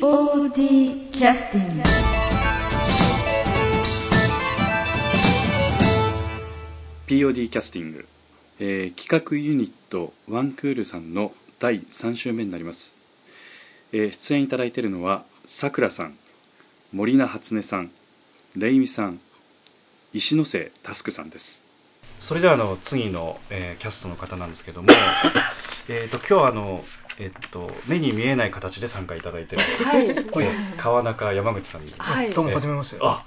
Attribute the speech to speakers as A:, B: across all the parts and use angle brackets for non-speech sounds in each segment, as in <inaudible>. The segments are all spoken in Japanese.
A: POD キャスティングは
B: POD キャスティング、えー企画ユニットワンクールさんの第3週目になります、えー出演いただいているのはさくらさん森菜初音さんレイミさん石ノ瀬タスクさんですそれではあの次の、えーキャストの方なんですけどもえーと今日はあの、えー、と目に見えない形で参加いただいている、
C: い。
B: えー川中山口さんに、
C: はい。
D: どうも、はじめまして。
B: あ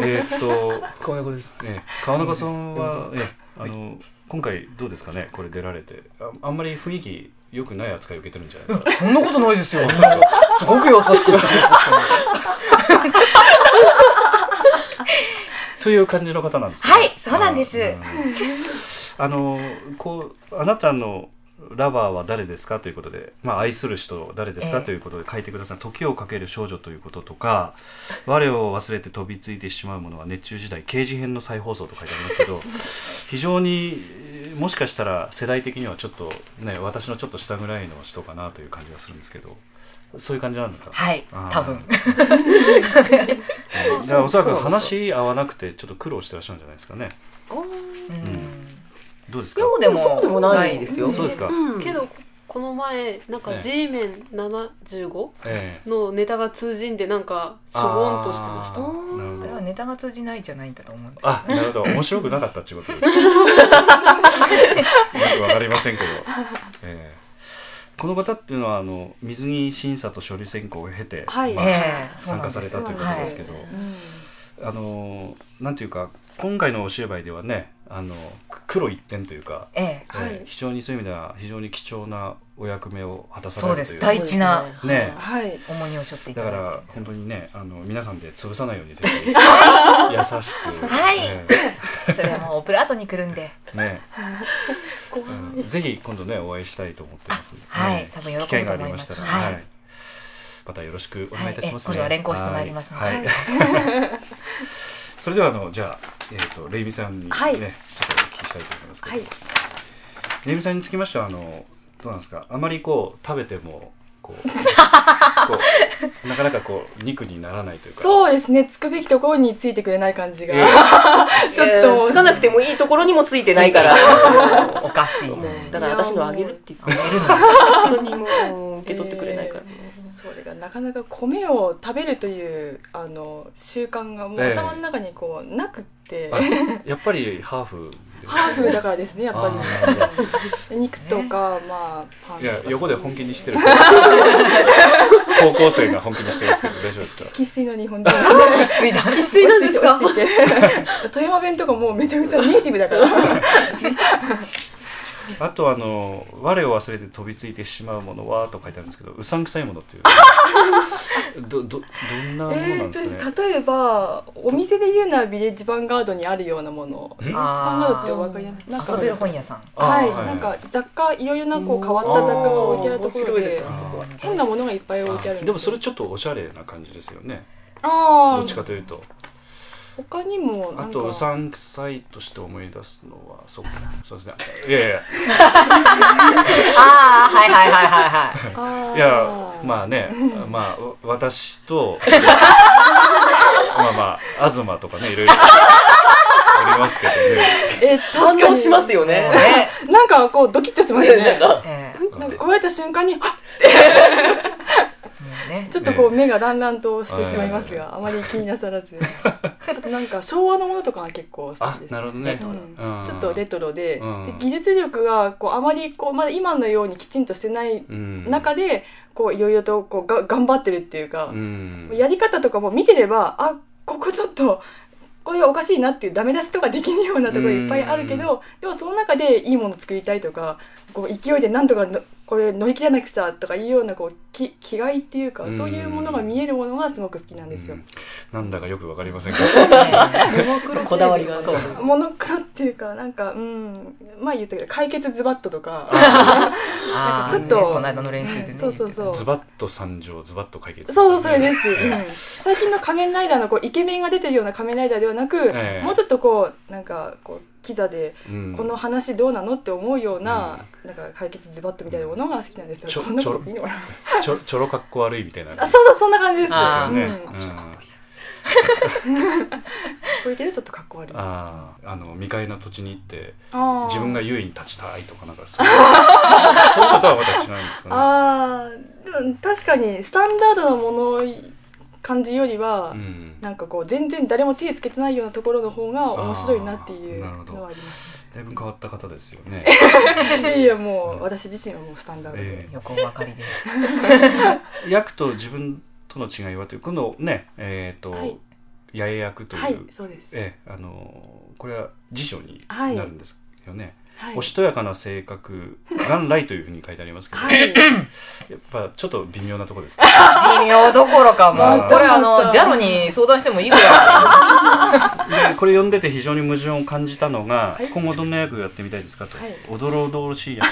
B: えーっと
D: <laughs> 川中です。
B: ね、川中さんは、えあの今回どうですかねこれ出られてああんまり雰囲気良くない扱いを受けてるんじゃないですか
D: そんなことないですよ。 <laughs> すごく優しくしてくれましたね
B: という感じの方なんですか
C: はいそうなんです
B: あうんあのこうあなたのラバーは誰ですかということで、まあ、愛する人誰です
C: え
B: か
C: え
B: ということで書いてください、時をかける少女ということとか我を忘れて飛びついてしまうものは熱中時代刑事編の再放送と書いてあります
C: <laughs>
B: けど非常にえーもしかしたら世代的にはちょっとね私のちょっと下ぐらいの人かなという感じがするんですけどそういう感じなのかな
C: はい。
B: あー
D: 多分。
B: じゃあおそらく話合わなくてちょっと苦労してらっしゃるんじゃないですかねどうですか
C: そうでも
E: でもないですよ
B: そうですか、
F: けどここの前なんか
B: ええ
F: G メン75
B: ええ
F: のネタが通じんでなんかしょぼんとしてまし
B: あ
F: た
B: ーなるほ
D: あれは
B: ど
D: ネタが通じないじゃないんだと思うんで。
B: あなるほど面白くなかったっていうことですよくわかりませんけど、ええこの方っていうのはあの水着審査と処理選考を経て、
E: はい
B: まあ
D: ええそう
B: 参加
D: なんで
B: され
D: す
B: たということですけど、
E: う
B: あのなんていうか今回のお芝居ではねあのく黒一点というか、
D: ええ。
E: はい
B: ええ非常にそういう意味では非常に貴重なお役目を果たさ
D: そう
B: れ
D: で
B: るとい
D: す。
B: う
D: 大事な
B: ねえ
E: んはい。
D: 重荷を背負ってい
B: だ
D: た
B: か
D: だいて。
B: ら本当にねあの皆さんで潰さないようにぜ
D: <laughs>
B: ひ優しく、
D: はい
B: え
D: それはもうオブラートに来るん <laughs> で。
B: えねうんぜひ今度ねお会いしたいと思ってますんで、
D: はい
B: ね
D: 多分喜ぶ
B: 機会がありましたら、
D: と思いますはい
B: またよろしくお願いいたします
D: は
B: ね、
D: いええ今度は連行してまいりますので
B: はい <laughs> はいそれではあのじゃあ、えー、とレイミさんにね、
E: はい
B: ちょっとお聞きしたいと思いますけど、レイミさんにつきましてはあのどうなんですかあまりこう食べてもこうこうなかなかこう肉にならないというか
E: そうですね。つくべきところについてくれない感じが。
B: ええ
E: ちょっともう
G: つかなくてもいいところにもついてないから。
D: おかしい。
G: もうだから私のあげるって言って、 <laughs> 本当にもう受け取ってくれないから。
E: それがなかなか米を食べるというあの習慣がもう
B: ええ
E: 頭の中にこうなくって、
B: あやっぱりハーフですね
E: ハーフだからですねやっぱ
B: あーなるほ
E: り肉とかまあパン
B: どい
E: とか
B: や
E: そう
B: 横で本気に <laughs> してる高校生が本気にしてますけど大丈夫ですか
E: 生粋の日本人
D: 生粋
F: <laughs>
D: だ。
F: 生粋なんですか
E: 落ち着いて落ち着いて富山弁とかもうめちゃめちゃネイティブだから
B: あとあの「我を忘れて飛びついてしまうものは」と書いてあるんですけどうさんくさいものっていう <laughs> どどどんなもの
E: え
B: なん
E: ー
B: ですかね、
E: と例えばお店で言うならビレッジヴァンガードにあるようなもの
B: ん
E: ヴィレッジヴァンガードってお分かりますなん
D: 遊べる本屋さん。
B: あー
E: はい、なんか雑貨いろいろなこう変わった雑貨が置いてあるところで
B: あー
E: 変なものがいっぱい置いてあるん
B: でもそれちょっとおしゃれな感じですよね
E: あ
B: どっち
E: あ
B: かというと
E: 他にもな
B: あ
E: ん
B: と
E: か
B: うさんくさいとして思い出すのはそう <laughs> かそうですねいやいや
D: ああ、はいはいはいはいはい。
E: あー
B: いやまあねまあわ私
E: <laughs>
B: とまあまあ東とかねいろい <laughs> ろありますけど
E: え
G: 反
E: 確か
G: 応
E: に
G: しますよね。
D: ね。
E: なんかこうドキッとしますね
D: ええ。
E: なんかこうやった瞬間にあ
D: もうね。
E: ちょっとこ
B: え
E: う目がランランとしてしまいます
B: ええ
E: があまり気になさら
B: <laughs>
E: ずあとなんか昭和のものとかが結構好き
B: あ
E: です
B: なるほどね
E: うん
B: うん
E: ちょっとレトロで,で、
B: うん
E: 技術力がこうあまりこうまだ今のようにきちんとしてない
B: うん
E: 中でこういろいろとこうが頑張ってるっていうか
B: う、ん
E: やり方とかも見てればあここちょっとこれはおかしいなっていうダメ出しとかできるようなところいっぱいあるけど、でもその中でいいもの作りたいとかこう勢いでなんとかのこれ乗り切らなくちゃとかいうようなこうき気概っていうか、
B: うん
E: そういうものが見えるものがすごく好きなんですよ。
B: なんだかよくわかりませんけど
F: <laughs>
G: こだわりが。
D: そう。
E: モノクロっていうかなんかうん前言ったけど解決ズバッととか
D: あ
E: なん
D: あ、
E: かちょっと
D: ねこの間の練習でね。
E: そうそうそう
B: ズバッと参上ズバッと解決
E: そうそうそれです、うん、最近の仮面ライダーのこうイケメンが出てるような仮面ライダーではなく、
B: ええ
E: もうちょっとこうなんかこうキザで、
B: うん
E: この話どうなのって思うような,、なんか解決ズバッとみたいなものが好きなんですよ。
B: ちょ
E: こんなこと言っていいのかな
B: ちょちょろかっこ悪いみたいな
E: あそうそうそんな感じです
D: あー
B: ね、
E: うん、
B: う
E: こ
B: ん
E: ういうけどちょっとかっこ悪いあ
B: あーあの未開の土地に行って
E: ー
B: 自分が優位に立ちたいとかなんかそう
E: <laughs>
B: いうそういうことはまた違うんですか
E: あーでも確かにスタンダードなもの感じよりは、
B: ね、うん、
E: なんかこう全然誰も手つけてないようなところの方が面白いなっていう
B: あーなるほど
E: のはあります
B: だいぶ変わった方ですよ
E: <laughs>
B: ね、
E: いやいやもう私自身はもうスタンダードで、
B: え
D: 横ばかりで。
B: ー役と自分との違いはというこのねえっ、と、
E: はい
B: 八重役という、
E: はいそうです、
B: ええあのこれは辞書に
E: はい
B: なるんですよね、
E: はい
B: おしとやかな性格元来というふうに書いてありますけど、
E: はい
B: やっぱちょっと微妙なとこですか
D: 微妙どころか、も
B: あー
D: う、これあの、ジャロに相談してもいいぐ
B: <laughs>
D: らい。
B: でこれ読んでて非常に矛盾を感じたのが、
E: はい
B: 今後どんな役やってみたいですかと、
E: はい
B: おどろおどろしい役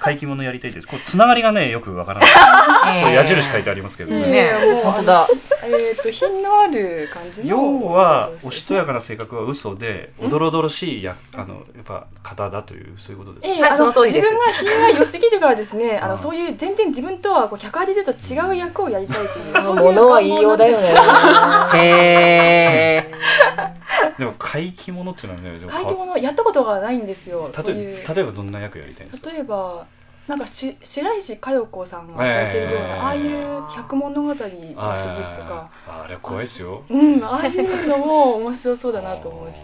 B: 怪奇物やりたいですこれつながりがねよくわから
E: <laughs>
B: ないこれ矢印書いてありますけど
E: い
B: ね、
E: やいやもう
D: 本当だ。
E: <laughs> えっ、と品のある感じの
B: 要はおしとや
E: か
B: かな性格は嘘でおどろおどろしいやあのやっぱ方だというそういうことです
E: え
B: ね
E: え
D: はい
E: あ
D: その通りで
E: 自
D: す
E: 分が品が良すぎるからですねあ
B: あ
E: のそういう全然自分とはこう180度違う役をやりたいというそういう
D: 物は言いようだよね。
E: <laughs>
D: へえ。
B: でも怪奇物っていうのはねでも
E: 怪
B: 変
E: 奇
B: わ
E: 物やったことがないんですよそう
B: 例
E: いう
B: えば例えばどんな役やりたいんですか
E: 例えばなんかし白石佳代子さんがされてるような、
B: ええ
E: ああいう「百物語」のシリーズとか
B: あーあれ怖いですよ
E: うんああいうのも面白そうだなと
D: <laughs>
E: 思うし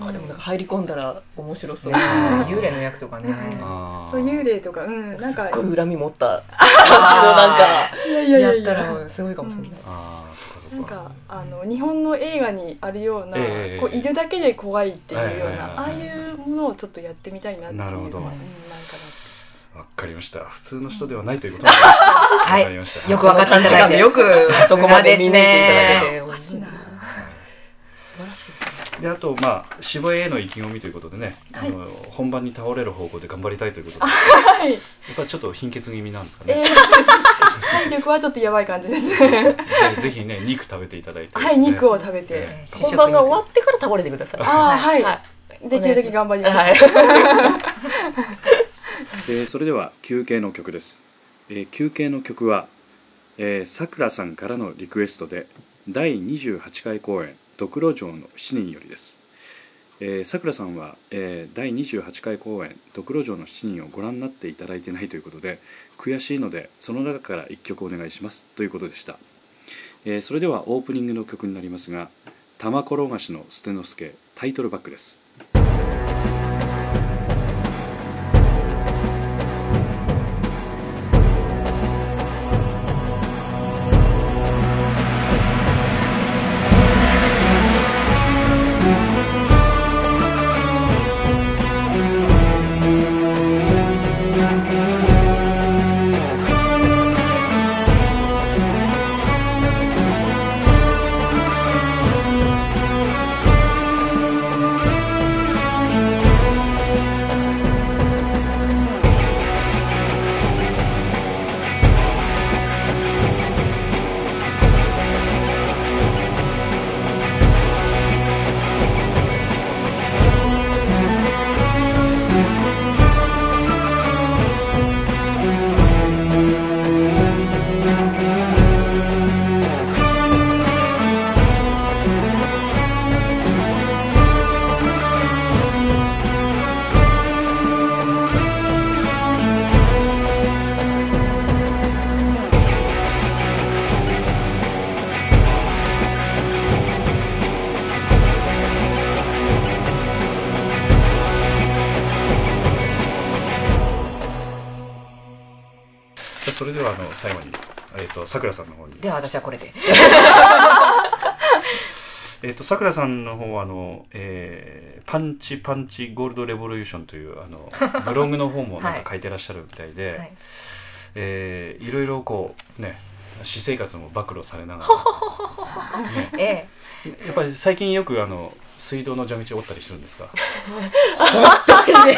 B: あ
D: あ、でもなんか入り込んだら面白そう。
B: ね
D: 幽霊の役とかね。
B: ーあー
E: そう幽霊とかうんなん
D: すっ
E: か
D: ごい恨み持った感
E: いやい
D: じ
E: や
D: の
E: いや
D: なん
E: い
D: か、
E: や
D: やったらすごいかもしれない。
B: あーそっかそっか
E: なんかあの日本の映画にあるような、
B: ええ
E: こういるだけで怖いっていうような、
B: はいはいはい
E: ああいうものをちょっとやってみたいなっていう
B: なるほど
E: うんなんか
B: わかりました普通の人ではないということがわかりました、
F: よくわかっていただいて
D: よくそこまで見抜いていただけて。
E: おか
B: <laughs>
E: しいな
D: 素晴らしい。
B: であとまあ芝居への意気込みということでね、あの本番に倒れる方向で頑張りたいということで
E: はい、
B: やっぱりちょっと貧血気味なんですか
E: え
B: ね、
E: ー、体力はちょっとやばい感じです
B: <laughs>
E: <laughs>
B: ぜ
E: ね
B: ひぜひね肉食べていただいて、
E: はい肉を食べて、
B: ええ
D: 本番が終わってから倒れてください。
E: ああはい、できるだけ頑張ります、
D: はい。
H: えーそれでは休憩の曲です、えー休憩の曲はえーさくらさんからのリクエストで第28回公演「ドクロ城の7人」よりですえーさくらさんは、えー第28回公演「ドクロ城の7人」をご覧になっていただいてないということで悔しいのでその中から1曲お願いしますということでした、えーそれではオープニングの曲になりますが「玉転がしの捨て之助」タイトルバックです
B: じゃあそれではあの最後にえっ、とさくらさんの方に
D: では私はこれで。
B: えっ、とさくらさんの方はあの、えーパンチパンチゴールドレボリューションというあ
D: <laughs>
B: のブログの方もなんか書いてらっしゃるみたいで、
D: はいい
B: えーいろいろこうね私生活も暴露されながら、ね、
D: え
B: やっぱり最近よくあの水道の蛇口を折ったりするんですか
D: え。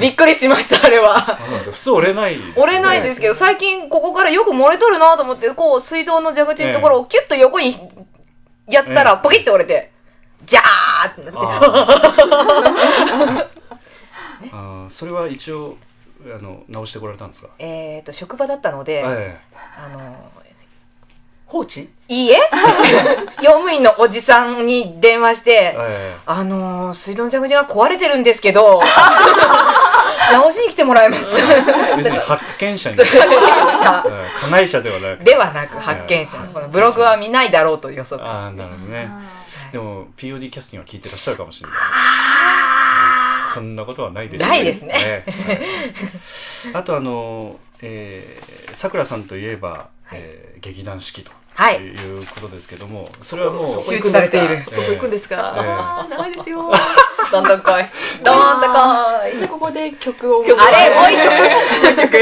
D: びっくりしました、あれは。
B: 普通折れないですよね、
D: 折れないですけど、最近ここからよく漏れとるなと思って、こう、水道の蛇口のところをキュッと横にやった
B: え
D: ら、ポキッと折れて。じゃーってなって
B: あーあーそれは一応あの直してこられたんですか、
D: えっと職場だったので、
B: え
D: あの放置いい <laughs> え用務員のおじさんに電話して、
B: ええ
D: あのー、水道の蛇口が壊れてるんですけ <laughs> ど、直しに来てもらい <laughs> ます。
B: え <laughs> 別に発見者に、ええ加害者ではなく
D: ではなく発見者、このブログは見ないだろうと予測
B: ああ
D: で
B: なるほどねでも POD キャスティングは聞いてらっしゃるかもしれないそんなことはないでしょう
D: ないですね
B: ええはいあとあのえーさくらさんといえば、
D: はい
B: えー劇団四季と
D: はい
B: いうことですけども、それはもう
D: す。周知されている。
B: え
I: そこ行くんです
B: え
I: か。
B: え
F: 長いですよ。
D: どんどん来い。どんどん来い。
E: そしてここで曲を
D: あれ、もう一曲。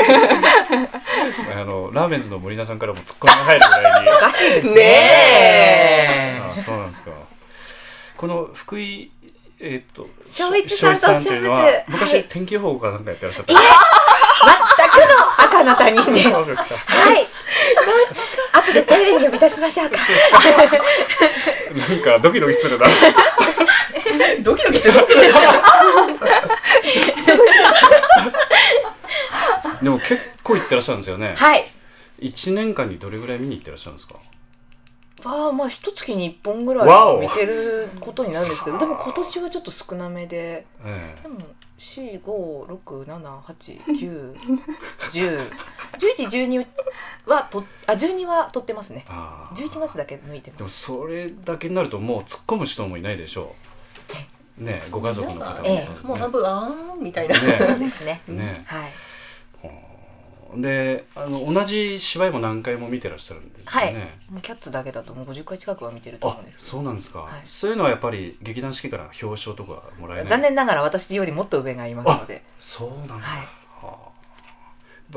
B: あのラーメンズの森田さんからも突っ込みが入るぐらいに
D: <laughs> おかしいですね。
I: ね
B: ああそうなんですかこの福井えーっと
F: 正一さんとおっしゃ
B: 正一さんい
F: います
B: うのは昔、
F: はい
B: 天気予報かなんかやってらっしゃった
D: 全くの赤の他人です。 <laughs>
B: そうですか
F: はい。後でトイレに呼び出しましょうか。
B: なんかドキドキするな
D: ドキドキしてますね。
B: でも結構行ってらっしゃるんですよね
D: はい。
B: 一年間にどれぐらい見に行ってらっしゃるんですか
D: ああまあ一月に一本ぐらい
B: わお
D: は見てることになるんですけど、でも今年はちょっと少なめで、
B: ええ
D: でも四五六七八九十十一十二はとあ十二は取ってますね。
B: ああ
D: 十一月だけ抜いて
B: で
D: ま
B: も
D: す。
B: それだけになるともう突っ込む人もいないでしょうねえご家族の方もそう
D: え
B: ですね
D: え
I: もう半分あーんみたいな。
D: そう
B: ね
D: ですね。
B: えね
D: はい。
B: えであの同じ芝居も何回も見てらっしゃるんですよね、
D: はいもうキャッツだけだともう五十回近くは見てると思
B: あ
D: うんですけ
B: そうなんですか、
D: はい
B: そういうのはやっぱり劇団四季から表彰とかもらえない
D: ど。残念ながら私よりもっと上がいますので、
B: そうなんだ、
D: はい
B: はあ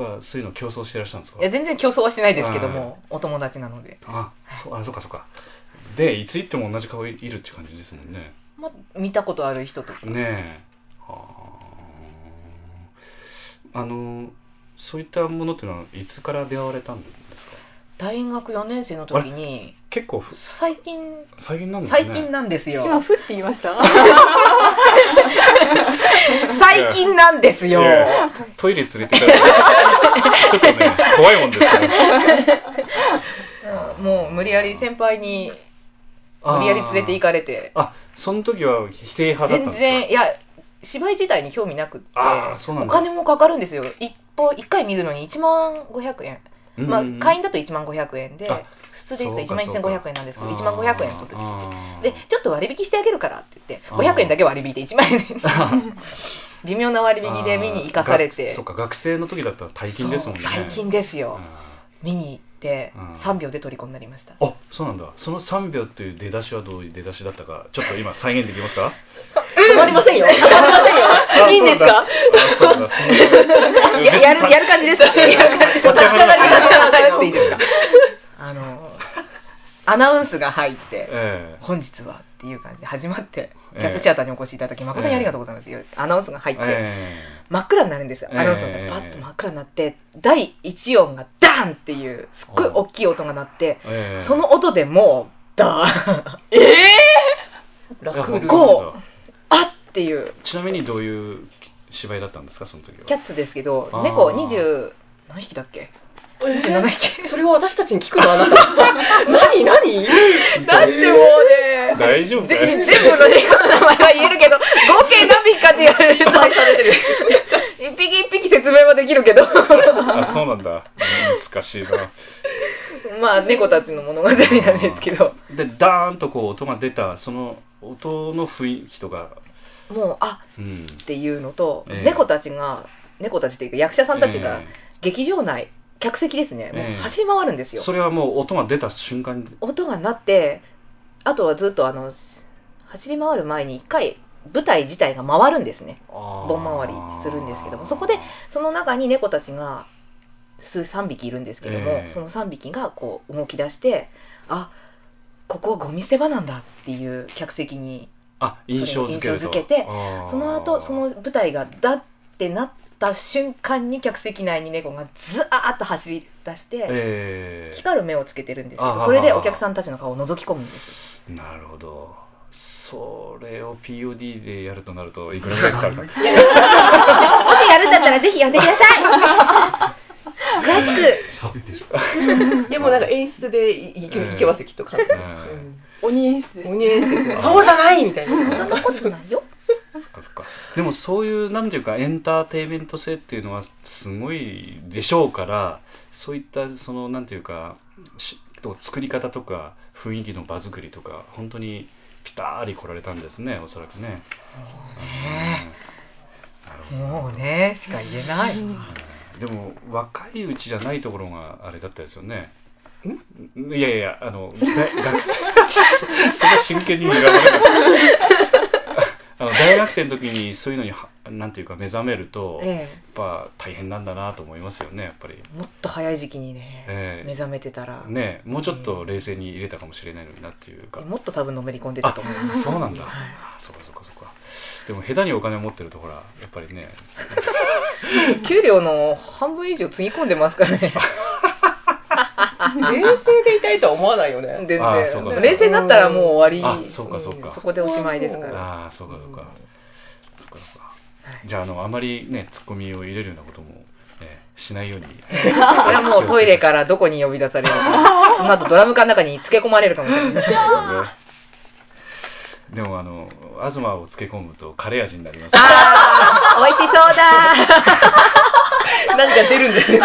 B: やっぱそういうの競争してらっしゃるんですか
D: いや全然競争はしてないですけども、お友達なので、
B: あそうあそうかそうかでいつ行っても同じ顔いるっていう感じですもんね
D: まあ見たことある人とか、
B: ねえはああのそういったものっていうのはいつから出会われたんですか
D: 大学4年生の時に
B: 結構ふ
D: 最近
B: 最近なんですね
D: 最近なんです
E: 今
D: よ
E: ふって言いました
D: 最近なんですよ
B: いやトイレ連れて行かれて <laughs> ちょっとね怖いもんですから
D: うんもう無理やり先輩に無理やり連れて行かれて
B: あその時は否定派だったん
D: 全
B: ですか
D: 然いや芝居自体に興味なくって
B: あーそうなん
D: お
B: だ
D: 金もかかるんですよ一本一回見るのに1万500円、
B: うん
D: まあ、会員だと1万500円で
B: あ
D: 普通で言うと1
B: そう
D: 万
B: かそうか
D: 1500円なんですけど1万500円取る
B: あー
D: でちょっと割引してあげるからって言って
B: あー
D: 500円だけ割引で1万
B: <laughs>
D: 円で微妙な割引で見に行かされ
B: あー
D: て
B: がそっか学生の時だったら大金ですもんね
D: そう大金ですよ
B: あ
D: 見に行って
B: うん
D: 3秒で虜になりました
B: ーあそうなんだその3秒っていう出だしはどういう出だしだったかちょっと今再現できます
D: <laughs>
B: か
D: 止まりませんよ
B: いいんですかあそうだそうだ
D: <laughs> ややるやる感じです
B: <laughs>
D: かやる感じ
B: 立ち上がら <laughs> ない
D: っていいですかあのアナウンスが入って <laughs>
B: え
D: 本日はっていう感じで始まって
B: ええ
D: キャッツシアターにお越しいただき誠にありがとうございます、アナウンスが入っ
B: え
D: て、
B: え
D: 真っ暗になるんですよ、
B: ええ
D: アナウンスがパッと真っ暗になって第1音がダーンっていうすっごい大きい音が鳴って
B: えええ
D: その音でもうダーン
B: いや
D: 楽
B: 本当
D: こ
B: だ
D: あっていう
B: ちなみにどういう芝居だったんですかその時は
D: キャッツですけど
B: あー
D: 猫20何匹だっけ27匹
I: それを私たちに聞くのあなた。何何
D: だってもうね
B: 大丈夫か
D: ぜ
B: い
D: 全部の猫の名前は言えるけど合計何匹かって言われるとされてる一匹一匹説明はできるけど <laughs>
B: あそうなんだうん難しいな
D: まあ猫たちの物語なんですけど
B: でダーンとこう音が出たその音の雰囲気とか、
D: もうあ
B: うん、
D: っていうのと、
B: ええ
D: 猫たちが猫たちっていうか役者さんたちが
B: え
D: 劇場内、客席ですねもう
B: ええ
D: 走り回るんです
B: え
D: よ、
B: それはもう音が出た瞬間に
D: 音が鳴ってあとはずっとあの走り回る前に一回舞台自体が回るんですね
B: 盆
D: 盆回りするんですけどもそこでその中に猫たちが数3匹いるんですけども、
B: ええ
D: その3匹がこう動き出してあここはゴミ捨て場なんだっていう客席に
B: あ印象付けると
D: 印象付けて
B: あー
D: その後その舞台がだってなった瞬間に客席内に猫がずーっと走り出して、
B: ええ
D: 光る目をつけてるんですけ
B: あ
D: ど
B: あ
D: それでお客さんたちの顔を覗き込むんです
B: なるほどそれを POD でやるとなるといくらぐらいかかるか
F: もしやるんだったらぜひ呼んでください詳し
B: <laughs>
F: く
B: そうでしょ
G: いやもうなんか演出でいいけ
B: うん
G: いけますよきっと完全に
E: 鬼演出です
G: うん鬼演出ですねそうじゃないみたいな
F: そんなことないよ
B: そっかそっかでもそういうなんていうかエンターテインメント性っていうのはすごいでしょうからそういったそのなんていうかし作り方とか雰囲気の場作りとか本当にピターリ来られたんですねおそらくね。
D: <laughs>
J: もうねしか言えない
B: でも若いうちじゃないところがあれだったですよね。いやいやいやあの大学生 <laughs> そそんな真剣に見られ
J: <laughs>
B: なかった。あの大学生の時にそういうのにはなんていうか目覚めると、やっ
J: え
B: ぱ大変なんだなと思いますよねやっぱり。
J: えもっと早い時期にね
B: え
J: 目覚めてたら
B: えねもうちょっと冷静に入れたかもしれないのになっていうか。
J: もっと多分のめり込んでたと思います
B: そうなんだ。あそうかそうかそうか。でも下手にお金を持ってるとほらやっぱりね。
J: 給料の半分以上つぎ込んでますから
B: <laughs>
J: ね
G: 冷静でいたいとは思わないよね
J: 全然
B: あそうか
J: 冷静になったらもう終わ
B: あ
J: り
B: そうかそうか。
J: そこでおしまいですから
B: ああそうかそうか、そうかそうか、
J: はい
B: じゃああのあまりねツッコミを入れるようなことも、ね、しないように
J: これはもうトイレからどこに呼び出されるか
B: <laughs>
J: その後ドラム缶の中につけ込まれるかもし <laughs> れない
B: でもあの東をつけ込むとカレー味になります
J: 美味しそう <laughs> だ
G: 何か出るんですよ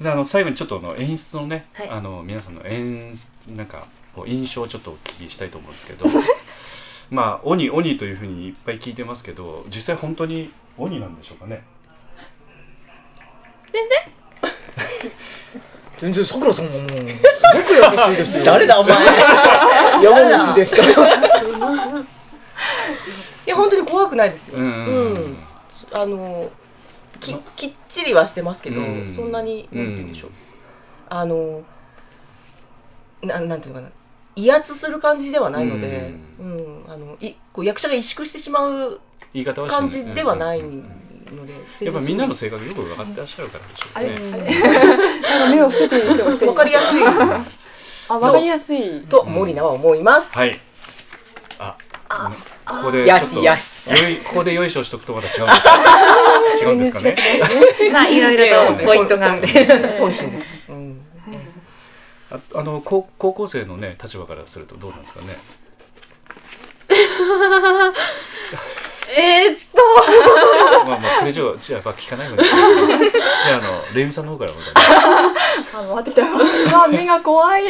B: であの最後にちょっとあの演出のね、
F: はい
B: あの皆さんの演なんかこう印象をちょっとお聞きしたいと思うんですけどまあ鬼鬼というふうにいっぱい聞いてますけど実際本当に鬼なんでしょうかね
J: 全然さくらさんももうすごく優しいですよ
G: 誰だお前
J: 山口でした
G: いや本当に怖くないですよ、
B: うん
G: うんあのききっちりはしてますけど、
B: うん
G: そんなになんて言うんでしょう、
B: うん
G: あのななんていうのかな威圧する感じではないので、うんあのいこう役者が萎縮してしまう
B: 言い方はしない
G: 感じではない
B: うんうんうん
G: ので、
B: やっぱみんなの性格よく分かってらっしゃるからでしょうね。
E: <laughs> なんか目を伏せてる人
G: <laughs>
E: が一人
G: 分かりやすい
E: あわかりやすい
G: とモリナは思います、
B: はい。あ、ここで
J: よ
B: ちょっ
J: し
B: と
J: よし
B: よいここでよいしょしとくとまた違うんですか違うんですかね。
J: <laughs> まあいろいろとポイントがあるんで
G: 本心です、うん、
B: ああの高高校生のね立場からするとどうなんですかね。
F: えー、っと
B: まあまあこれ以上じゃあやっぱ聞かないの
E: <laughs>
B: で。じゃああのレイミさんの方からまた、ね。
E: あ回ってき
F: <laughs>
E: たわあ目が怖い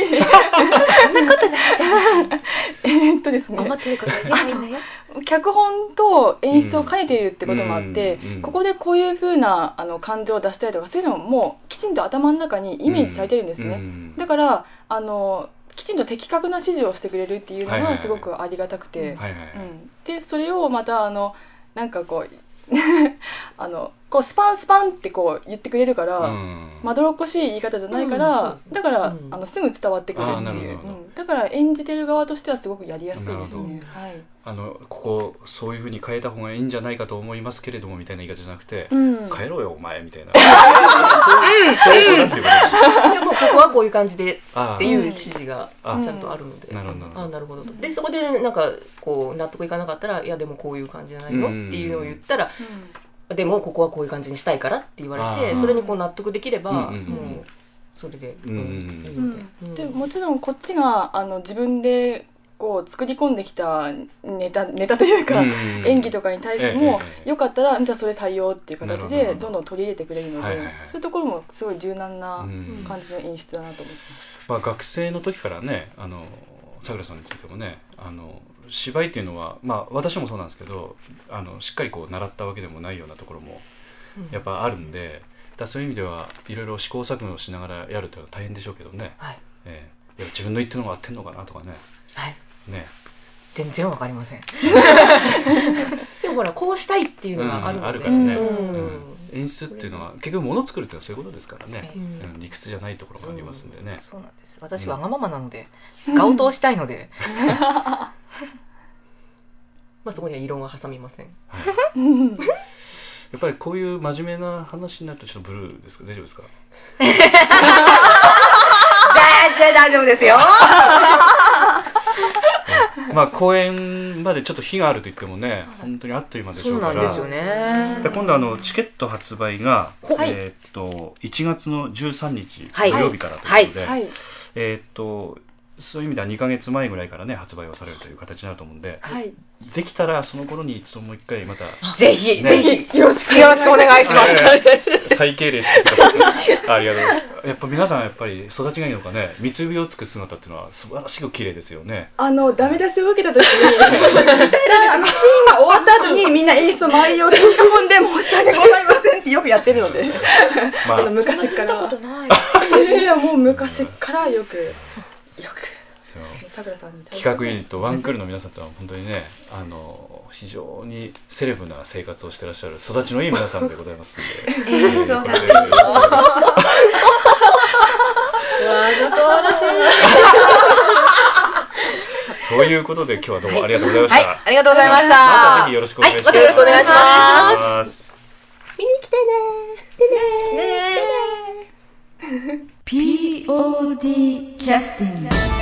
E: えーっとですね
F: 思ってること言えばいいのよ
E: 脚本と演出を兼ねているってこともあって、
B: うんうん
E: ここでこういう風なあの感情を出したりとかそういうのももうきちんと頭の中にイメージされてるんですね、
B: うん
E: だからあのきちんと的確な指示をしてくれるっていう
B: はい
E: の
B: はいは
E: はいすごくありがたくて、
B: はいはい。
E: うん、でそれをまたあのなんかこう <laughs> あのこうスパンスパンってこう言ってくれるから、
B: うん
E: まどろっこしい言い方じゃないから、
G: うんそうですね
E: だから、
G: うん
E: あのすぐ伝わってくる
B: あー
E: っ
B: な
E: て
B: る
E: いう、
B: ほどなるほ
E: うん、だから演じてる側としてはすごくやりやすいです
B: な
E: ね。はい
B: あのここそういう風に変えた方がいいんじゃないかと思いますけれどもみたいな言い方じゃなくて、
E: うん
B: 帰ろうよお前みたいな。そうそういうことなんていうかね。
G: いやもうここはこういう感じで
B: あ
G: って
B: ー
G: いう指示がち
B: あ
G: ゃんとあるので、
B: なるほどなるほど
G: あなるほどとでそこでなんかこう納得いかなかったら「いやでもこういう感じじゃないの?」
B: うん
G: っていうのを言ったら「でもここはこういう感じにしたいから」って言われ
B: あ
G: て
B: ー
G: それにこう納得できれば、
B: うんうん
G: もうそれで、
B: うん
G: いいうので,うん、
E: ん、でもちろんこっちがあの自分でこう作り込んできたネタネタというか、
B: うん
E: 演技とかに対しても、
B: ええ
E: よかったらじゃあそれ採用っていう形
B: なるほ
E: で
B: ど
E: どんどん取り入れてくれるので、
B: はいはいはい
E: そういうところもすごい柔軟な
B: うん
E: 感じの演出だなと思って、
B: まあ、学生の時からねあのさくらさんについてもねあの芝居っていうのは、まあ、私もそうなんですけどあのしっかりこう習ったわけでもないようなところもやっぱあるんで、だからそういう意味ではいろいろ試行錯誤しながらやるっていうのは大変でしょうけどね、
J: はい
B: ええいや自分の言ってるのが合ってんのかなとかね
J: はい
B: ね
J: 全然わかりま
B: <laughs>
J: せん
G: でもほらこうしたいっていうのがある
B: うんあ
G: の
B: る
G: で、
B: からね、
G: うん
B: うん演出っていうのは結局物作るっていうのはそういうことですからね、
G: うん
B: うん理屈じゃないところがありますんでね。
J: そうなんです私わがままなので顔通したいので
G: <laughs> まあ、そこには異論は挟みません
E: <laughs>
B: やっぱりこういう真面目な話になるとちょっとブルーですか大丈夫ですか
J: 全然大丈夫ですよ
B: まあ公園までちょっと火があると言ってもね本当にあっという間でし
J: そ
B: ょ
J: う
B: う
J: な
B: か
J: んで
B: ら
J: すよね
B: で今度あのチケット発売が、
J: はい
B: えーっと1月の13日
J: はい
B: 土曜日からということで、
E: はい。
B: えーっとそういう意味では2か月前ぐらいからね発売をされるという形になると思うんで
E: はい。
B: できたらその頃に一度もう一回また
J: ぜひ
B: ね
J: ぜひ
E: よろしく
J: よろしくお願いします
B: 再敬礼してくだ
J: <laughs>
B: さいありがとうございますやっぱ皆さんやっぱり育ちがいいのかね三つ指をつく姿っていうのは素晴らしく綺麗ですよね
E: あの、ダメ出しを受けた時に、一旦あの、シーンが終わった後に、みんな演出の内容を取り込んで、申し訳ございませんってよくやってるので。
B: ま
E: あの
B: あ
E: 昔から。い <laughs> やいや、もう昔からよく、よく、さくらさんに対して
B: 企画ユニットワンクールの皆さんとは本当にねあの非常にセレブな生活をしてらっしゃる育ちのいい皆さんでございますので、えー
F: そうなんだ
B: これでそういうことで今日はどうもありがとうございました、
J: はいありがとうございました
B: またぜひよろしくお願いします
J: はまたよろしくお願いします
B: お願いします
F: ねえ
A: POD キャスティング